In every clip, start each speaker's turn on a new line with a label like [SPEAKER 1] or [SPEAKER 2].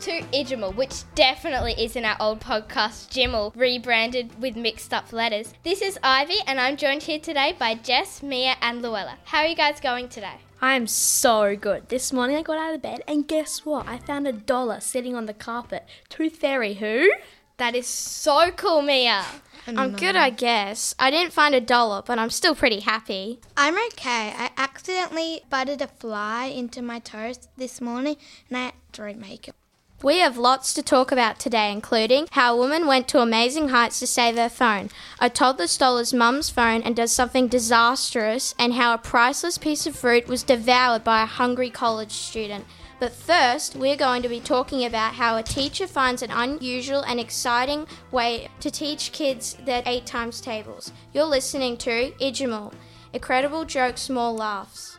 [SPEAKER 1] to Ijimal, which definitely isn't our old podcast, Jimmel, rebranded with mixed up letters. This is Ivy, and I'm joined here today by Jess, Mia, and Luella. How are you guys going today?
[SPEAKER 2] I am so good. This morning I got out of bed and guess what? I found a dollar sitting on the carpet. Tooth Fairy who?
[SPEAKER 1] That is so cool, Mia.
[SPEAKER 3] I'm good, I guess. I didn't find a dollar, but I'm still pretty happy.
[SPEAKER 4] I'm okay. I accidentally butted a fly into my toast this morning and I had to remake it.
[SPEAKER 3] We have lots to talk about today, including how a woman went to amazing heights to save her phone, a toddler stole his mum's phone and does something disastrous, and how a priceless piece of fruit was devoured by a hungry college student. But first, we're going to be talking about how a teacher finds an unusual and exciting way to teach kids their eight times tables. You're listening to Ijimal, Incredible Jokes, More Laughs.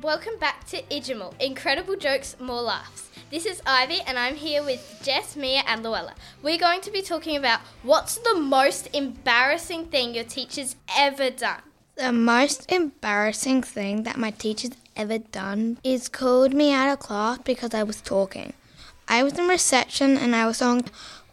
[SPEAKER 1] Welcome back to Ijimal, Incredible Jokes, More Laughs. This is Ivy, and I'm here with Jess, Mia, and Luella. We're going to be talking about what's the most embarrassing thing your teacher's ever done.
[SPEAKER 4] The most embarrassing thing that my teacher's ever done is called me out of class because I was talking. I was in reception and I was on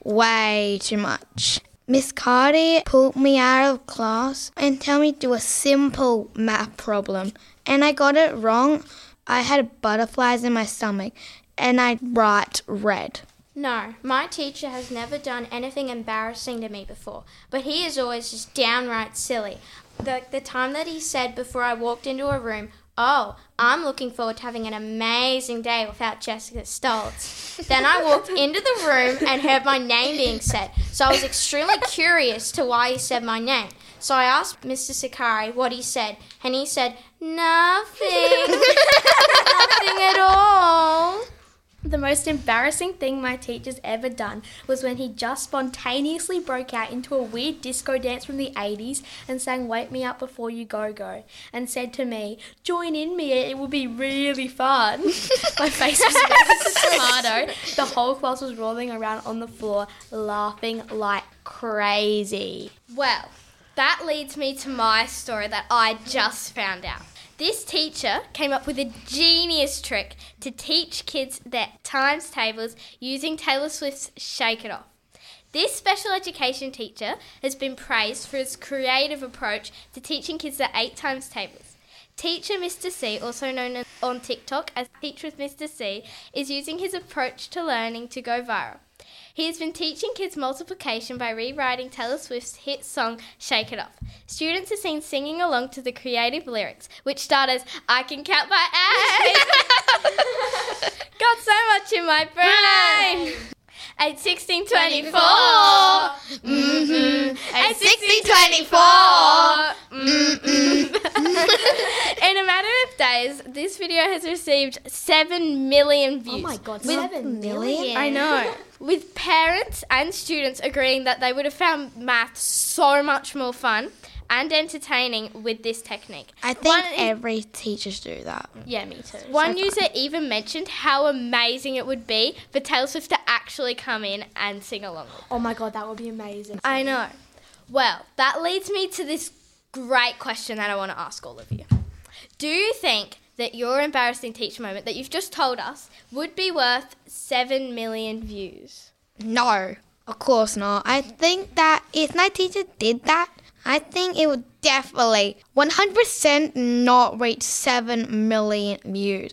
[SPEAKER 4] way too much. Miss Cardi pulled me out of class and tell me to do a simple math problem, and I got it wrong. I had butterflies in my stomach, and I write red.
[SPEAKER 3] No, my teacher has never done anything embarrassing to me before, but he is always just downright silly. The, the time that he said before I walked into a room, Oh, I'm looking forward to having an amazing day without Jessica Stoltz. then I walked into the room and heard my name being said, so I was extremely curious to why he said my name. So I asked Mr. Sakari what he said, and he said, Nothing. Nothing at all.
[SPEAKER 2] The most embarrassing thing my teacher's ever done was when he just spontaneously broke out into a weird disco dance from the 80s and sang Wake Me Up Before You Go Go and said to me, Join in, Mia, it will be really fun. my face was red as a tomato. The whole class was rolling around on the floor, laughing like crazy.
[SPEAKER 1] Well, that leads me to my story that I just found out. This teacher came up with a genius trick to teach kids their times tables using Taylor Swift's Shake It Off. This special education teacher has been praised for his creative approach to teaching kids their eight times tables. Teacher Mr. C, also known as- on TikTok as Teach with Mr. C, is using his approach to learning to go viral. He has been teaching kids multiplication by rewriting Taylor Swift's hit song Shake It Off. Students are seen singing along to the creative lyrics, which start as I can count by eight. Got so much in my brain. 8, 16, 24. Mm-hmm. 8, 16, 24. Mm-hmm. In a matter of days, this video has received 7 million views.
[SPEAKER 2] Oh my god,
[SPEAKER 1] with
[SPEAKER 2] seven
[SPEAKER 4] million?
[SPEAKER 1] I know. With parents and students agreeing that they would have found math so much more fun and entertaining with this technique.
[SPEAKER 4] I
[SPEAKER 1] One
[SPEAKER 4] think
[SPEAKER 1] in-
[SPEAKER 4] every teacher's do that.
[SPEAKER 2] Yeah, me too.
[SPEAKER 1] One user even mentioned how amazing it would be for Taylor Swift to actually come in and sing along. with.
[SPEAKER 2] Oh my god, that would be amazing.
[SPEAKER 1] I know. Well, that leads me to this great question that I want to ask all of you. Do you think that your embarrassing teacher moment that you've just told us would be worth 7 million views?
[SPEAKER 4] No, of course not. I think that if my teacher did that, I think it would definitely 100% not reach 7 million views.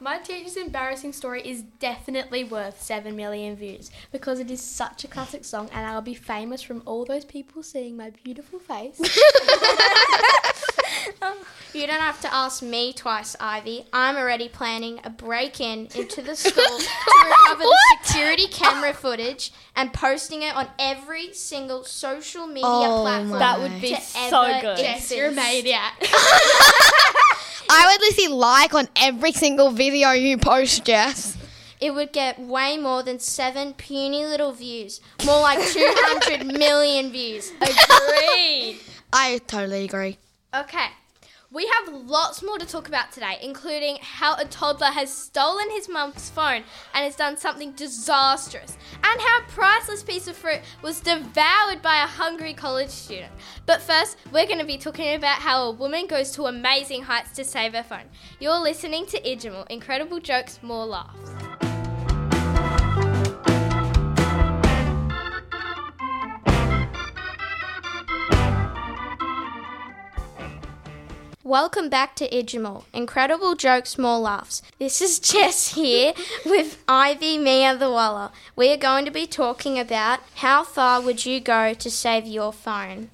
[SPEAKER 2] My teacher's embarrassing story is definitely worth 7 million views because it is such a classic song and I'll be famous from all those people seeing my beautiful face.
[SPEAKER 3] You don't have to ask me twice, Ivy. I'm already planning a break in into the school to recover the security camera footage and posting it on every single social media
[SPEAKER 4] Oh
[SPEAKER 3] platform.
[SPEAKER 4] my.
[SPEAKER 1] That would be
[SPEAKER 3] to
[SPEAKER 1] so
[SPEAKER 3] ever
[SPEAKER 1] good.
[SPEAKER 3] exist.
[SPEAKER 4] I would literally like on every single video you post, Jess.
[SPEAKER 3] It would get way more than seven puny little views. More like 200 million views.
[SPEAKER 1] Agreed.
[SPEAKER 4] I totally agree.
[SPEAKER 1] Okay. We have lots more to talk about today, including how a toddler has stolen his mum's phone and has done something disastrous, and how a priceless piece of fruit was devoured by a hungry college student. But first, we're going to be talking about how a woman goes to amazing heights to save her phone. You're listening to Ijimal Incredible Jokes, More Laughs.
[SPEAKER 3] Welcome back to Ijimal. Incredible jokes, more laughs. This is Jess here with Ivy Mia the Waller. We are going to be talking about how far would you go to save your phone?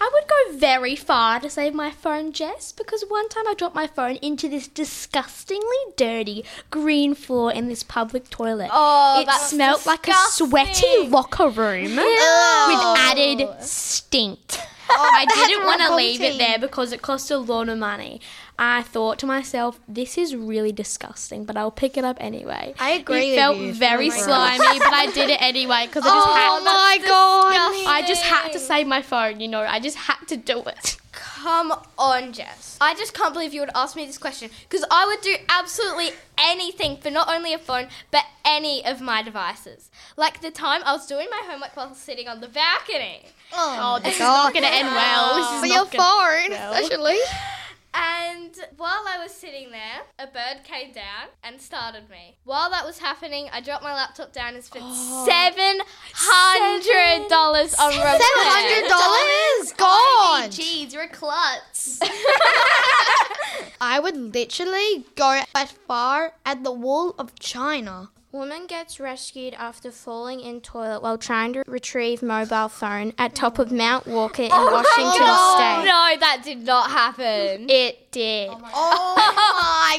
[SPEAKER 2] I would go very far to save my phone, Jess, because one time I dropped my phone into this disgustingly dirty green floor in this public toilet.
[SPEAKER 1] Oh,
[SPEAKER 2] it smelt like a sweaty locker room with added stink.
[SPEAKER 4] Oh,
[SPEAKER 2] I didn't want to leave it there because it cost a lot of money. I thought to myself, this is really disgusting, but I'll pick it up anyway.
[SPEAKER 4] I agree
[SPEAKER 2] It
[SPEAKER 4] with
[SPEAKER 2] felt
[SPEAKER 4] you.
[SPEAKER 2] very
[SPEAKER 4] Oh my Oh,
[SPEAKER 2] slimy, but I did it anyway because I just had to.
[SPEAKER 1] my god!
[SPEAKER 2] I just had to save my phone, you know. I just had to do it.
[SPEAKER 1] Come on, Jess. I just can't believe you would ask me this question because I would do absolutely anything for not only a phone but any of my devices. Like the time I was doing my homework while sitting on the balcony.
[SPEAKER 2] Oh, this is not going to end well. This is
[SPEAKER 4] For
[SPEAKER 2] not
[SPEAKER 4] your
[SPEAKER 2] gonna-
[SPEAKER 4] phone,
[SPEAKER 2] well.
[SPEAKER 4] especially.
[SPEAKER 1] And while I was sitting there, a bird came down and started me. While that was happening, I dropped my laptop down and spent $700 on repair.
[SPEAKER 4] $700 gone.
[SPEAKER 1] Jeez, you're a klutz.
[SPEAKER 4] I would literally go as far as the wall of China.
[SPEAKER 3] Woman gets rescued after falling in toilet while trying to retrieve mobile phone at top of Mount Walker in Washington
[SPEAKER 1] Oh,
[SPEAKER 3] State.
[SPEAKER 1] no, that did not happen.
[SPEAKER 3] It did.
[SPEAKER 4] Oh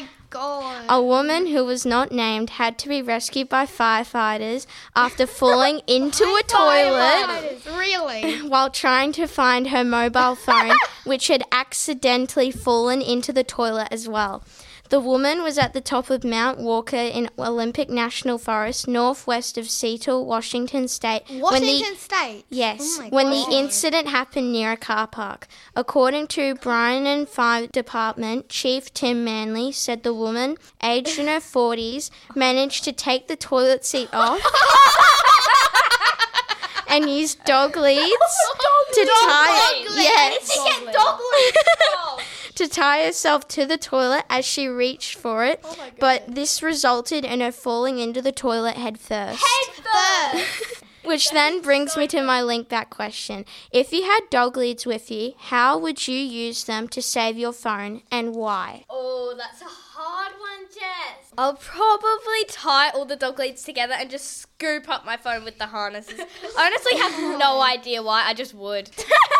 [SPEAKER 4] my god.
[SPEAKER 3] A woman who was not named had to be rescued by firefighters after falling into a toilet
[SPEAKER 4] Really?
[SPEAKER 3] while trying to find her mobile phone, which had accidentally fallen into the toilet as well. The woman was at the top of Mount Walker in Olympic National Forest, northwest of Seattle, Washington State, when the-
[SPEAKER 4] Washington State.
[SPEAKER 3] Yes,
[SPEAKER 4] Oh my
[SPEAKER 3] when
[SPEAKER 4] God.
[SPEAKER 3] the incident happened near a car park. According to Bryan and Fire Department, Chief Tim Manley said the woman, aged in her 40s, managed to take the toilet seat off and used dog leads to tie yes, to tie herself to the toilet as she reached for it.
[SPEAKER 4] Oh
[SPEAKER 3] but this resulted in her falling into the toilet head first.
[SPEAKER 1] Oh,
[SPEAKER 3] Which then brings me to my link back question. If you had dog leads with you, how would you use them to save your phone and why?
[SPEAKER 1] Oh, that's a hard one, Jess. I'll probably tie all the dog leads together and just scoop up my phone with the harnesses. I honestly have no idea why. I just would.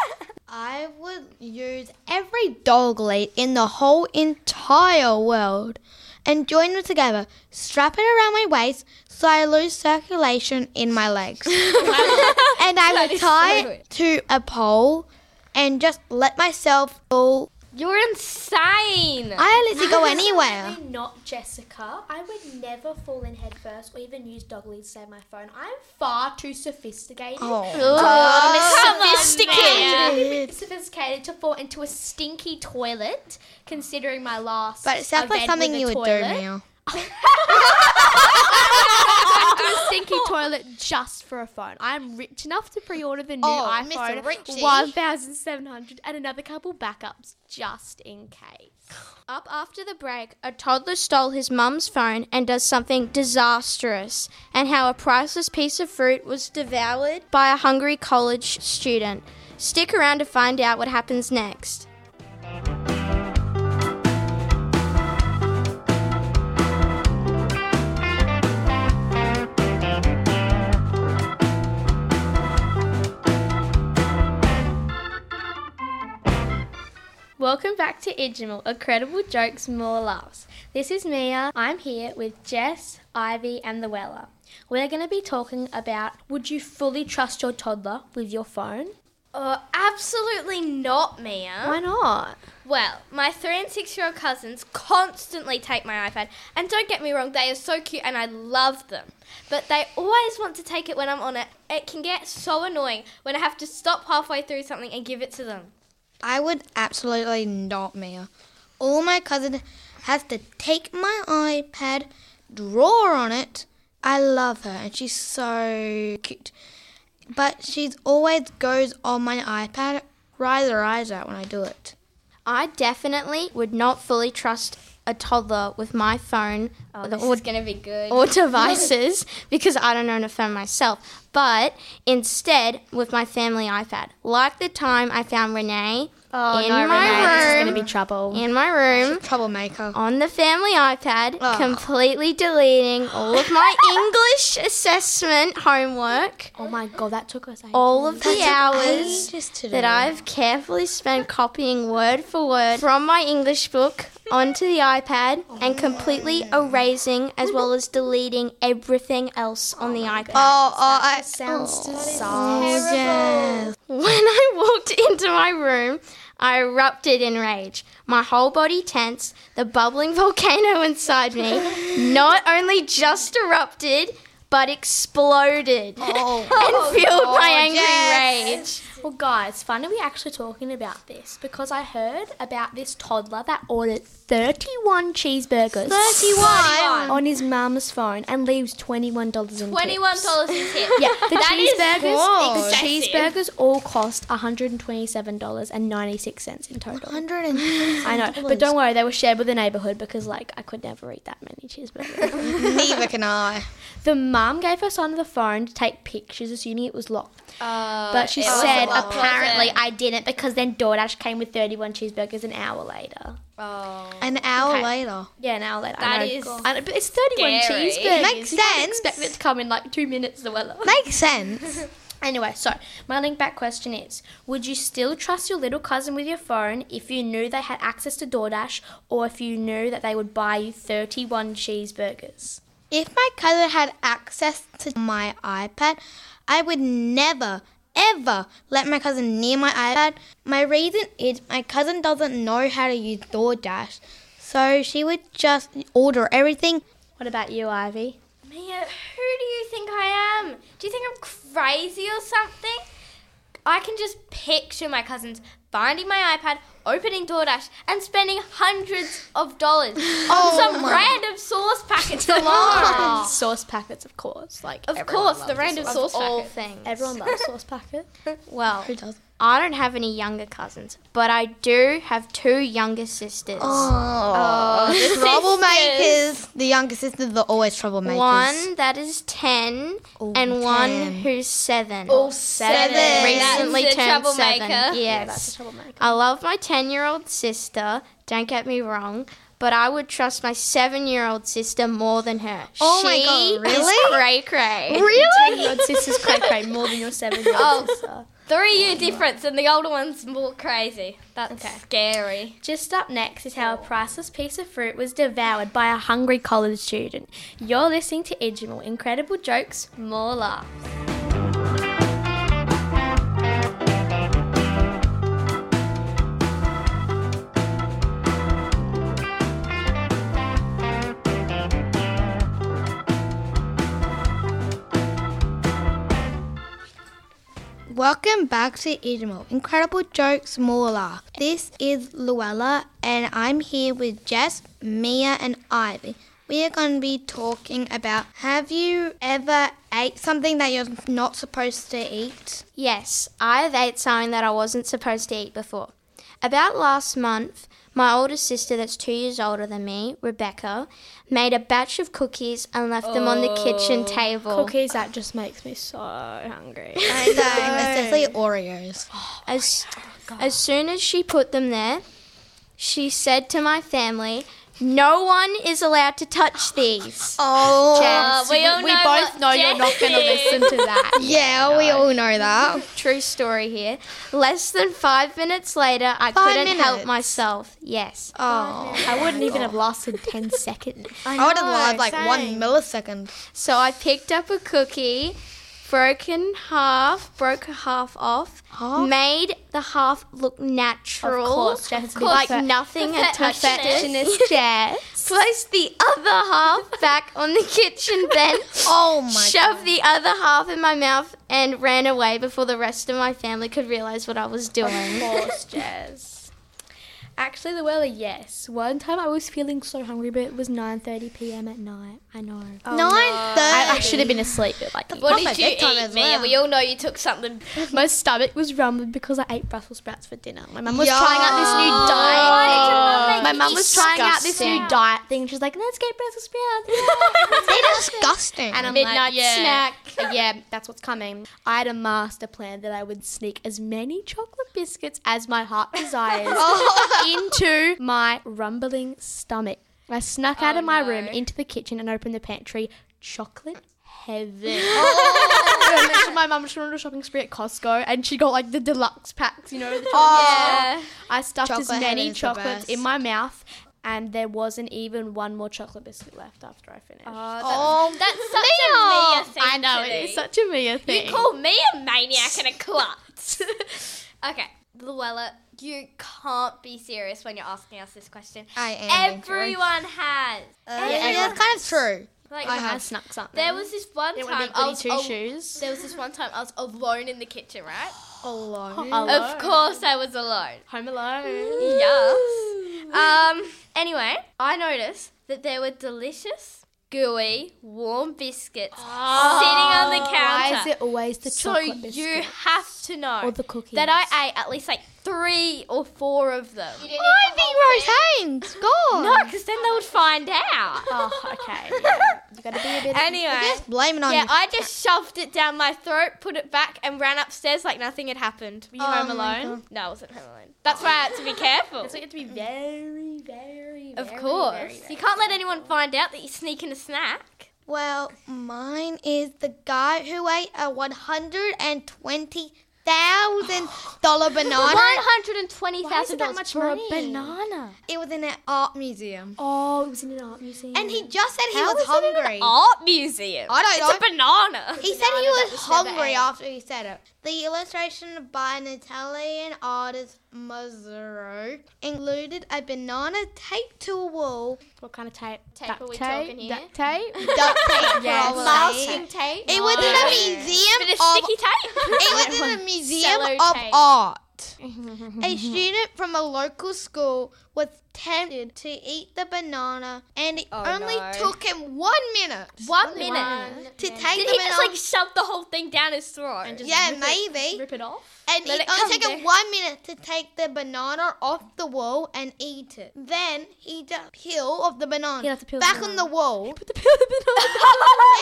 [SPEAKER 4] I would use every dog lead in the whole entire world and join them together, strap it around my waist so I lose circulation in my legs. and I would tie it to a pole and just let myself go.
[SPEAKER 1] You're insane.
[SPEAKER 4] I let it go anywhere.
[SPEAKER 2] Definitely not Jessica. I would never fall in headfirst or even use dog leads to save my phone. I'm far too sophisticated.
[SPEAKER 4] Oh.
[SPEAKER 2] sophisticated. sophisticated to fall into a stinky toilet, considering my last.
[SPEAKER 4] But it sounds like
[SPEAKER 2] event
[SPEAKER 4] something
[SPEAKER 2] with a
[SPEAKER 4] you would do,
[SPEAKER 2] toilet.
[SPEAKER 4] Mia.
[SPEAKER 2] to a stinky toilet just for a phone. I'm rich enough to pre-order the new
[SPEAKER 4] Oh, Mr.
[SPEAKER 2] iPhone
[SPEAKER 4] Richie.
[SPEAKER 2] 1700 and another couple backups just in case.
[SPEAKER 3] Up after the break, a toddler stole his mum's phone and does something disastrous, and how a priceless piece of fruit was devoured by a hungry college student. Stick around to find out what happens next.
[SPEAKER 2] Welcome back to Ijimal, Incredible Jokes, More Laughs. This is Mia. I'm here with Jess, Ivy, and the Weller. We're going to be talking about would you fully trust your toddler with your phone?
[SPEAKER 1] Oh, absolutely not, Mia.
[SPEAKER 2] Why not?
[SPEAKER 1] Well, my three and six year old cousins constantly take my iPad, and don't get me wrong, they are so cute and I love them. But they always want to take it when I'm on it. It can get so annoying when I have to stop halfway through something and give it to them.
[SPEAKER 4] I would absolutely not, Mia. All my cousin has to take my iPad, draw on it. I love her, and she's so cute. But she's always goes on my iPad, rise her eyes out when I do it.
[SPEAKER 3] I definitely would not fully trust a toddler with my phone
[SPEAKER 1] Oh, this is going to be good.
[SPEAKER 3] or devices because I don't own a phone myself, but instead with my family iPad. Like the time I found Renee
[SPEAKER 2] Oh
[SPEAKER 3] in
[SPEAKER 2] no,
[SPEAKER 3] my
[SPEAKER 2] Renee, this is
[SPEAKER 3] room,
[SPEAKER 2] going to be trouble.
[SPEAKER 3] in my room
[SPEAKER 4] Troublemaker.
[SPEAKER 2] Oh,
[SPEAKER 3] on the family iPad,
[SPEAKER 4] Oh.
[SPEAKER 3] completely deleting all of my English assessment homework,
[SPEAKER 2] Oh my god, that took us. Ages.
[SPEAKER 3] all of the hours
[SPEAKER 4] Ages to
[SPEAKER 3] that
[SPEAKER 4] do.
[SPEAKER 3] I've carefully spent copying word for word from my English book onto the iPad
[SPEAKER 4] Oh
[SPEAKER 3] and completely erasing as well as deleting everything else on the iPad.
[SPEAKER 4] Oh, oh, I
[SPEAKER 2] sounds
[SPEAKER 4] oh,
[SPEAKER 2] disastrous.
[SPEAKER 4] yes.
[SPEAKER 3] When I walked into my room, I erupted in rage. My whole body tense, the bubbling volcano inside me not only just erupted, but exploded
[SPEAKER 4] Oh.
[SPEAKER 3] and fueled my angry rage.
[SPEAKER 2] Well, guys, funny we're actually talking about this because I heard about this toddler that ordered 31 cheeseburgers
[SPEAKER 1] 31.
[SPEAKER 2] on his mum's phone and leaves $21 in
[SPEAKER 1] Twenty-one
[SPEAKER 2] tips.
[SPEAKER 1] dollars in tip.
[SPEAKER 2] Yeah, the
[SPEAKER 1] That is
[SPEAKER 2] cheeseburgers, the
[SPEAKER 1] excessive.
[SPEAKER 2] cheeseburgers all cost $127.96 in total.
[SPEAKER 4] Hundred and
[SPEAKER 2] I know, but don't worry, they were shared with the neighborhood because like I could never eat that many cheeseburgers.
[SPEAKER 4] neither can I.
[SPEAKER 2] The mum gave her son the phone to take pictures, assuming it was locked. but she
[SPEAKER 1] it was
[SPEAKER 2] said,
[SPEAKER 1] locked.
[SPEAKER 2] apparently, I didn't because then DoorDash came with 31 cheeseburgers an hour later.
[SPEAKER 1] Oh.
[SPEAKER 4] An hour
[SPEAKER 2] Okay.
[SPEAKER 4] later.
[SPEAKER 2] Yeah, an hour later.
[SPEAKER 1] That
[SPEAKER 2] I know.
[SPEAKER 1] is
[SPEAKER 2] I know, but it's 31
[SPEAKER 1] scary.
[SPEAKER 2] cheeseburgers.
[SPEAKER 4] Makes
[SPEAKER 2] You can't
[SPEAKER 4] sense.
[SPEAKER 2] expect it to come in like two minutes, Luella.
[SPEAKER 4] Makes sense.
[SPEAKER 2] Anyway, so my link back question is Would you still trust your little cousin with your phone if you knew they had access to DoorDash or if you knew that they would buy you 31 cheeseburgers?
[SPEAKER 4] if my cousin had access to my iPad, I would never, ever let my cousin near my iPad. My reason is my cousin doesn't know how to use DoorDash, so she would just order everything.
[SPEAKER 2] What about you, Ivy?
[SPEAKER 1] Mia, who do you think I am? Do you think I'm crazy or something? I can just picture my cousins finding my iPad, opening DoorDash, and spending hundreds of dollars
[SPEAKER 3] Oh
[SPEAKER 1] on some random sauce packets alone.
[SPEAKER 2] Sauce packets, of course. Like
[SPEAKER 1] of course, the random sauce
[SPEAKER 3] All
[SPEAKER 1] packets.
[SPEAKER 3] things.
[SPEAKER 2] Everyone loves sauce packets.
[SPEAKER 3] Well,
[SPEAKER 4] Who does?
[SPEAKER 3] I don't have any younger cousins, but I do have two younger sisters.
[SPEAKER 4] Oh, troublemakers. The younger sisters are always troublemakers.
[SPEAKER 3] One that is 10
[SPEAKER 4] Oh,
[SPEAKER 3] and one
[SPEAKER 4] 10.
[SPEAKER 3] who's 7.
[SPEAKER 1] Oh,
[SPEAKER 4] seven.
[SPEAKER 1] That's
[SPEAKER 3] Recently
[SPEAKER 1] the
[SPEAKER 3] turned
[SPEAKER 1] troublemaker.
[SPEAKER 3] 7. Yes. I love my 10 year old sister, don't get me wrong, but I would trust my 7 year old sister more than her.
[SPEAKER 4] Oh my
[SPEAKER 3] she
[SPEAKER 4] God,
[SPEAKER 3] Is
[SPEAKER 4] really?
[SPEAKER 3] cray cray.
[SPEAKER 2] Really? Your sister's cray cray more than your seven year old sister.
[SPEAKER 1] Three year difference, and the older one's more crazy. That's scary.
[SPEAKER 2] Just up next is how a priceless piece of fruit was devoured by a hungry college student. You're listening to Igimal. Incredible jokes, more laughs.
[SPEAKER 4] Welcome back to Idemo. Incredible jokes, more laugh. This is Luella, and I'm here with Jess, Mia, and Ivy. We are going to be talking about have you ever ate something that you're not supposed to eat?
[SPEAKER 3] Yes, I have ate something that I wasn't supposed to eat before. About last month, my older sister, that's two years older than me, Rebecca, made a batch of cookies and left them on the kitchen table.
[SPEAKER 2] Cookies, that just makes me so hungry.
[SPEAKER 4] I uh, especially Oreos.
[SPEAKER 3] As,
[SPEAKER 2] Oh,
[SPEAKER 3] as soon as she put them there, she said to my family, No one is allowed to touch these.
[SPEAKER 4] Oh,
[SPEAKER 1] Uh,
[SPEAKER 3] Jess,
[SPEAKER 1] we all know
[SPEAKER 2] Um, both
[SPEAKER 1] what
[SPEAKER 2] know you're not going to
[SPEAKER 1] Jess is.
[SPEAKER 2] listen to that.
[SPEAKER 4] yeah, we all know that.
[SPEAKER 3] True story here. Less than five minutes later, I could
[SPEAKER 4] Five
[SPEAKER 3] couldn't help
[SPEAKER 4] minutes?
[SPEAKER 3] myself. Yes.
[SPEAKER 4] Oh,
[SPEAKER 2] I wouldn't even have lasted 10 seconds.
[SPEAKER 4] I would have lied like one millisecond.
[SPEAKER 3] So I picked up a cookie, broken half, broke half off,
[SPEAKER 4] Half?
[SPEAKER 3] made the half look natural,
[SPEAKER 2] course, Jess is a
[SPEAKER 3] like
[SPEAKER 2] perfect-
[SPEAKER 3] nothing had touched it.
[SPEAKER 2] Perfectionist Jess.
[SPEAKER 3] Placed the other half back on the kitchen bench.
[SPEAKER 4] Oh my
[SPEAKER 3] Shoved the other half in my mouth and ran away before the rest of my family could realize what I was doing.
[SPEAKER 2] course, Jazz. Actually, the word yes. One time I was feeling so hungry, but it was 9:30 p.m. at night. I know.
[SPEAKER 4] Nine thirty.
[SPEAKER 2] should have been asleep. But like,
[SPEAKER 1] What
[SPEAKER 4] my
[SPEAKER 1] did you
[SPEAKER 4] bedtime as
[SPEAKER 1] eat, Mia?
[SPEAKER 4] well.
[SPEAKER 1] We all know you took something.
[SPEAKER 2] my stomach was rumbling because I ate Brussels sprouts for dinner. My mum was trying out this new
[SPEAKER 3] did your
[SPEAKER 2] diet.
[SPEAKER 3] mum make
[SPEAKER 2] thing. My
[SPEAKER 3] you
[SPEAKER 2] mum
[SPEAKER 3] eat
[SPEAKER 2] was trying out this new
[SPEAKER 3] disgusting?
[SPEAKER 2] diet thing. She's like, "Let's get Brussels sprouts." yeah."
[SPEAKER 4] They're disgusting.
[SPEAKER 2] And I'm
[SPEAKER 3] Midnight
[SPEAKER 2] like, yeah, Uh,
[SPEAKER 3] snack.
[SPEAKER 2] yeah, that's what's coming. I had a master plan that I would sneak as many chocolate biscuits as my heart desires
[SPEAKER 3] Oh.
[SPEAKER 2] into my rumbling stomach. I snuck out
[SPEAKER 3] Oh,
[SPEAKER 2] of my room into the kitchen and opened the pantry. Chocolate heaven.
[SPEAKER 3] Oh.
[SPEAKER 2] I mentioned my mum she went on a shopping spree at Costco and she got like the deluxe packs, you know. The chocolate biscuits. I stuffed as
[SPEAKER 4] Chocolate heaven
[SPEAKER 2] many
[SPEAKER 4] is the
[SPEAKER 2] chocolates in
[SPEAKER 4] best.
[SPEAKER 2] my mouth. And there wasn't even one more chocolate biscuit left after I finished.
[SPEAKER 1] Oh, that's, such a Mia thing.
[SPEAKER 2] I know
[SPEAKER 1] to
[SPEAKER 2] it is
[SPEAKER 1] do.
[SPEAKER 2] such a Mia thing.
[SPEAKER 1] You call me a maniac and a klutz. okay, Luella, you can't be serious when you're asking us this question.
[SPEAKER 4] I am.
[SPEAKER 1] Everyone has.
[SPEAKER 4] Yeah, that's kind of true.
[SPEAKER 1] Like,
[SPEAKER 4] I
[SPEAKER 2] Uh, I
[SPEAKER 4] have.
[SPEAKER 2] snuck something.
[SPEAKER 1] there was this one
[SPEAKER 2] it would
[SPEAKER 1] time Oh,
[SPEAKER 2] have
[SPEAKER 1] I
[SPEAKER 2] been
[SPEAKER 1] was
[SPEAKER 2] goody two
[SPEAKER 1] al-
[SPEAKER 2] shoes.
[SPEAKER 1] There was this one time I was alone in the kitchen, right?
[SPEAKER 4] Alone.
[SPEAKER 2] Alone.
[SPEAKER 1] Of course, I was alone.
[SPEAKER 2] Home Alone.
[SPEAKER 1] Yes. Um. Anyway, I noticed that there were delicious, gooey, warm biscuits sitting on the counter.
[SPEAKER 2] Ah. Why is it always the
[SPEAKER 1] so
[SPEAKER 2] chocolate biscuit?
[SPEAKER 1] you have to know
[SPEAKER 2] Or the cookies.
[SPEAKER 1] that I ate at least like three or four of them.
[SPEAKER 4] I think Rose Haynes. God.
[SPEAKER 1] No, because then they would find out.
[SPEAKER 2] Oh, okay. yeah. You gotta be a bit.
[SPEAKER 1] Anyway,
[SPEAKER 4] Just blame it on
[SPEAKER 1] yeah,
[SPEAKER 4] you.
[SPEAKER 1] I just shoved it down my throat, put it back, and ran upstairs like nothing had happened.
[SPEAKER 2] Were you home alone?
[SPEAKER 1] No, I wasn't home alone. That's why I had to be careful.
[SPEAKER 2] So you have to be very, very.
[SPEAKER 1] Of
[SPEAKER 2] very,
[SPEAKER 1] course,
[SPEAKER 2] very, very-
[SPEAKER 1] you can't let anyone find out that you're sneaking a snack.
[SPEAKER 4] Well, mine is the guy who ate a one hundred and twenty thousand dollar banana.
[SPEAKER 1] hundred and twenty
[SPEAKER 2] Why is it that much
[SPEAKER 1] for a
[SPEAKER 2] money?
[SPEAKER 1] banana.
[SPEAKER 2] banana?
[SPEAKER 4] It was in an art museum,
[SPEAKER 2] Oh, it was in an art museum.
[SPEAKER 4] and he just said he
[SPEAKER 1] How
[SPEAKER 4] was
[SPEAKER 1] is it in an
[SPEAKER 4] hungry.
[SPEAKER 1] art museum.
[SPEAKER 4] I don't
[SPEAKER 1] it's
[SPEAKER 4] know.
[SPEAKER 1] a banana.
[SPEAKER 4] He said he was
[SPEAKER 2] never
[SPEAKER 4] hungry
[SPEAKER 2] ate.
[SPEAKER 4] after he said it. The illustration by an Italian artist Mazzaro included a banana taped to a wall,
[SPEAKER 2] What kind of tape?
[SPEAKER 3] Tape
[SPEAKER 2] Duct
[SPEAKER 3] are we
[SPEAKER 2] tape?
[SPEAKER 3] talking here?
[SPEAKER 2] Duct tape.
[SPEAKER 4] duct tape
[SPEAKER 2] Yes.
[SPEAKER 4] probably.
[SPEAKER 3] Masking tape.
[SPEAKER 4] It was in a museum
[SPEAKER 1] Bit of
[SPEAKER 4] of
[SPEAKER 1] sticky tape.
[SPEAKER 4] It Oh, was in a museum
[SPEAKER 3] Cello
[SPEAKER 4] of
[SPEAKER 3] tape.
[SPEAKER 4] art. a student from a local school was tempted to eat the banana, and it only
[SPEAKER 1] no.
[SPEAKER 4] took him one minute
[SPEAKER 1] One minute.
[SPEAKER 4] to take
[SPEAKER 1] Did
[SPEAKER 4] the
[SPEAKER 1] he
[SPEAKER 4] banana.
[SPEAKER 1] just like shove the whole thing down his throat?
[SPEAKER 2] just
[SPEAKER 4] yeah,
[SPEAKER 2] rip it-
[SPEAKER 4] maybe.
[SPEAKER 2] Rip it off.
[SPEAKER 4] and
[SPEAKER 1] let
[SPEAKER 4] it
[SPEAKER 1] it
[SPEAKER 4] only
[SPEAKER 1] come
[SPEAKER 4] took him
[SPEAKER 1] there.
[SPEAKER 4] one minute to take the banana off the wall and eat it. Then he just peel of the banana
[SPEAKER 2] He'd have to peel the
[SPEAKER 4] back on the wall,
[SPEAKER 2] Put the peel of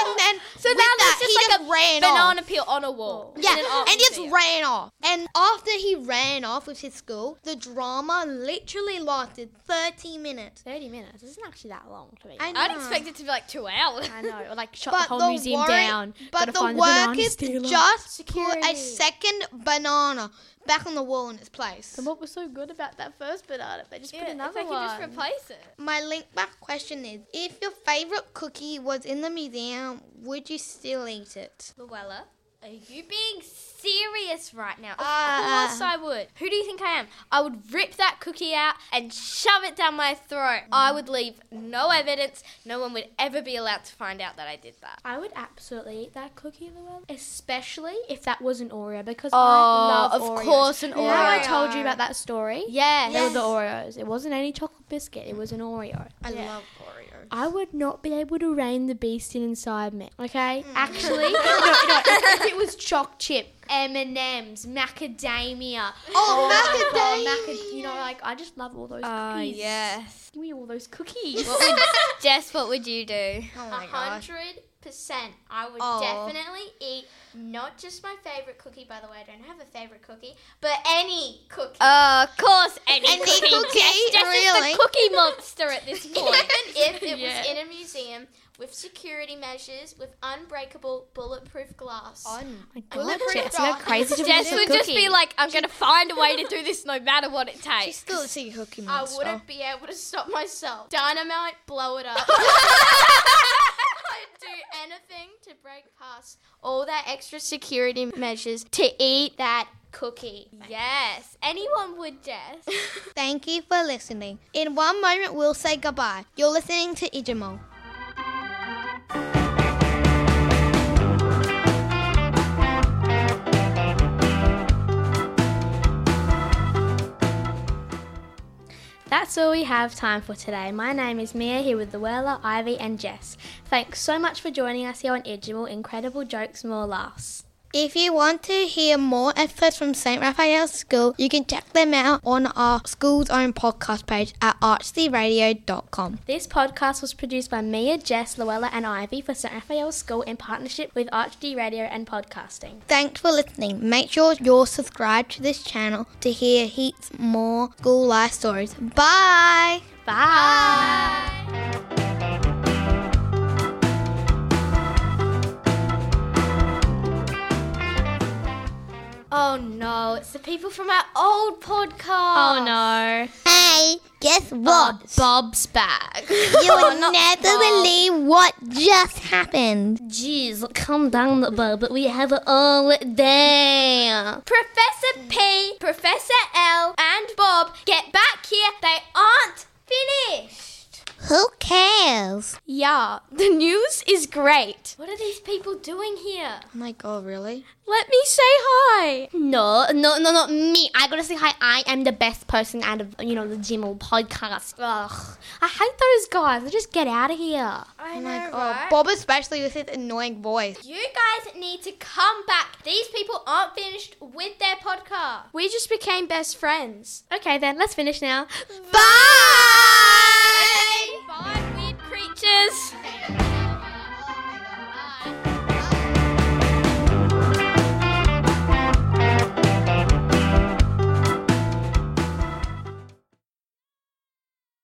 [SPEAKER 4] and then so
[SPEAKER 1] now there's
[SPEAKER 4] he
[SPEAKER 1] just like
[SPEAKER 4] just ran off.
[SPEAKER 1] banana peel on a wall.
[SPEAKER 4] Yeah,
[SPEAKER 1] In an art
[SPEAKER 4] and he just
[SPEAKER 1] museum.
[SPEAKER 4] ran off. And after he ran off with his school, the drama literally lasted 30 minutes.
[SPEAKER 2] Thirty minutes. This isn't actually that long for me.
[SPEAKER 4] I know.
[SPEAKER 1] I'd expect it to be like two hours.
[SPEAKER 2] I know. Or like shut
[SPEAKER 4] But
[SPEAKER 2] the whole
[SPEAKER 4] the
[SPEAKER 2] museum
[SPEAKER 4] worry-
[SPEAKER 2] down.
[SPEAKER 4] But
[SPEAKER 2] Gotta
[SPEAKER 4] the
[SPEAKER 2] find banana
[SPEAKER 4] workers
[SPEAKER 2] stealer.
[SPEAKER 4] just put a
[SPEAKER 2] Security.
[SPEAKER 4] second banana back on the wall in its place.
[SPEAKER 2] And what was so good about that first banana? They just put
[SPEAKER 1] if
[SPEAKER 2] another
[SPEAKER 1] I
[SPEAKER 2] one.
[SPEAKER 1] can just replace it.
[SPEAKER 4] My link back question is if your favorite cookie was in the museum, would you still eat it?
[SPEAKER 1] Luella, are you being serious right now? Of
[SPEAKER 4] Ah.
[SPEAKER 1] course I would. Who do you think I am? I would rip that cookie out and shove it down my throat. I would leave no evidence. No one would ever be allowed to find out that I did that.
[SPEAKER 2] I would absolutely eat that cookie in the world, especially if that was an Oreo because
[SPEAKER 1] Oh,
[SPEAKER 2] I love
[SPEAKER 1] of
[SPEAKER 2] Oreos.
[SPEAKER 1] course, an
[SPEAKER 2] Remember how I
[SPEAKER 1] Oreo.
[SPEAKER 2] told you about that story.
[SPEAKER 1] Yeah.
[SPEAKER 2] They were the Oreos. It wasn't any chocolate biscuit. It was an Oreo.
[SPEAKER 4] I love Oreos.
[SPEAKER 2] I would not be able to rein the beast in inside me. Okay,
[SPEAKER 4] Mm.
[SPEAKER 2] actually, no, no. If, if it was choc chip, M and M's, macadamia,
[SPEAKER 4] Oh,
[SPEAKER 2] oh,
[SPEAKER 4] macadamia.
[SPEAKER 2] macad- you know, like I just love all those
[SPEAKER 4] Ah,
[SPEAKER 1] Oh,
[SPEAKER 2] cookies.
[SPEAKER 1] yes.
[SPEAKER 2] Give me all those cookies.
[SPEAKER 1] What would, Jess, what would you do?
[SPEAKER 4] Oh
[SPEAKER 3] A
[SPEAKER 4] my gosh.
[SPEAKER 3] hundred percent. I would
[SPEAKER 4] Aw.
[SPEAKER 3] definitely eat not just my favorite cookie. By the way, I don't have a favorite cookie, but any cookie.
[SPEAKER 1] Uh, of course, any,
[SPEAKER 4] Any
[SPEAKER 1] cookie.
[SPEAKER 4] cookie,
[SPEAKER 1] Jess, Jess
[SPEAKER 4] really?
[SPEAKER 1] is the cookie monster at this point.
[SPEAKER 3] Even if it
[SPEAKER 2] Yeah.
[SPEAKER 3] was in a museum with security measures, with unbreakable bulletproof glass.
[SPEAKER 4] On.
[SPEAKER 2] My God,
[SPEAKER 4] Bulletproof
[SPEAKER 2] Jess, you're
[SPEAKER 4] glass.
[SPEAKER 2] crazy to
[SPEAKER 1] Jess
[SPEAKER 2] make a
[SPEAKER 1] would just be
[SPEAKER 2] cookie.
[SPEAKER 1] like, I'm going to find a way to do this no matter what it
[SPEAKER 4] She's
[SPEAKER 1] takes.
[SPEAKER 4] still a secret cookie
[SPEAKER 3] I
[SPEAKER 4] monster.
[SPEAKER 1] oh.
[SPEAKER 3] wouldn't be able to stop myself. Dynamite, blow it up. I'd do anything to break
[SPEAKER 5] break past all that extra security measures to eat that cookie.
[SPEAKER 3] Yes, anyone would, Jess.
[SPEAKER 4] Thank you for listening. In one moment, we'll say goodbye. You're listening to Ijamo.
[SPEAKER 1] That's all we have time for today. My name is Mia here with Luella, Ivy, and Jess. Thanks so much for joining us here on Igimal Incredible Jokes, More Laughs.
[SPEAKER 4] If you want to hear more episodes from St. Raphael's School, you can check them out on our school's own podcast page at archsyradio.com.
[SPEAKER 1] This podcast was produced by Mia, Jess, Luella, and Ivy for St. Raphael's School in partnership with ArchD Radio and Podcasting.
[SPEAKER 4] Thanks for listening. Make sure you're subscribed to this channel to hear heaps more school life stories. Bye!
[SPEAKER 1] Bye.
[SPEAKER 3] Oh no, it's the people from our old podcast.
[SPEAKER 1] Oh no.
[SPEAKER 4] Hey, guess what?
[SPEAKER 5] Bob's back.
[SPEAKER 4] you will never believe what just happened.
[SPEAKER 1] Jeez, calm down, Bob. We have all day.
[SPEAKER 3] Professor P, Professor L, and Bob, get back here. They aren't finished.
[SPEAKER 4] Who cares?
[SPEAKER 5] yeah, the news is great.
[SPEAKER 3] What are these people doing here?
[SPEAKER 4] Oh my god, really?
[SPEAKER 5] Let me say hi.
[SPEAKER 1] No, no, no, not me. I gotta say hi. I am the best person out of you know the gym or podcast. Ugh, I hate those guys. They just get out of here.
[SPEAKER 3] I
[SPEAKER 4] Oh
[SPEAKER 3] know,
[SPEAKER 4] my god.
[SPEAKER 3] right?
[SPEAKER 4] Bob, especially with his annoying voice.
[SPEAKER 3] You guys need to come back. These people aren't finished with their podcast.
[SPEAKER 5] We just became best friends.
[SPEAKER 1] Okay, then let's finish now.
[SPEAKER 4] Bye!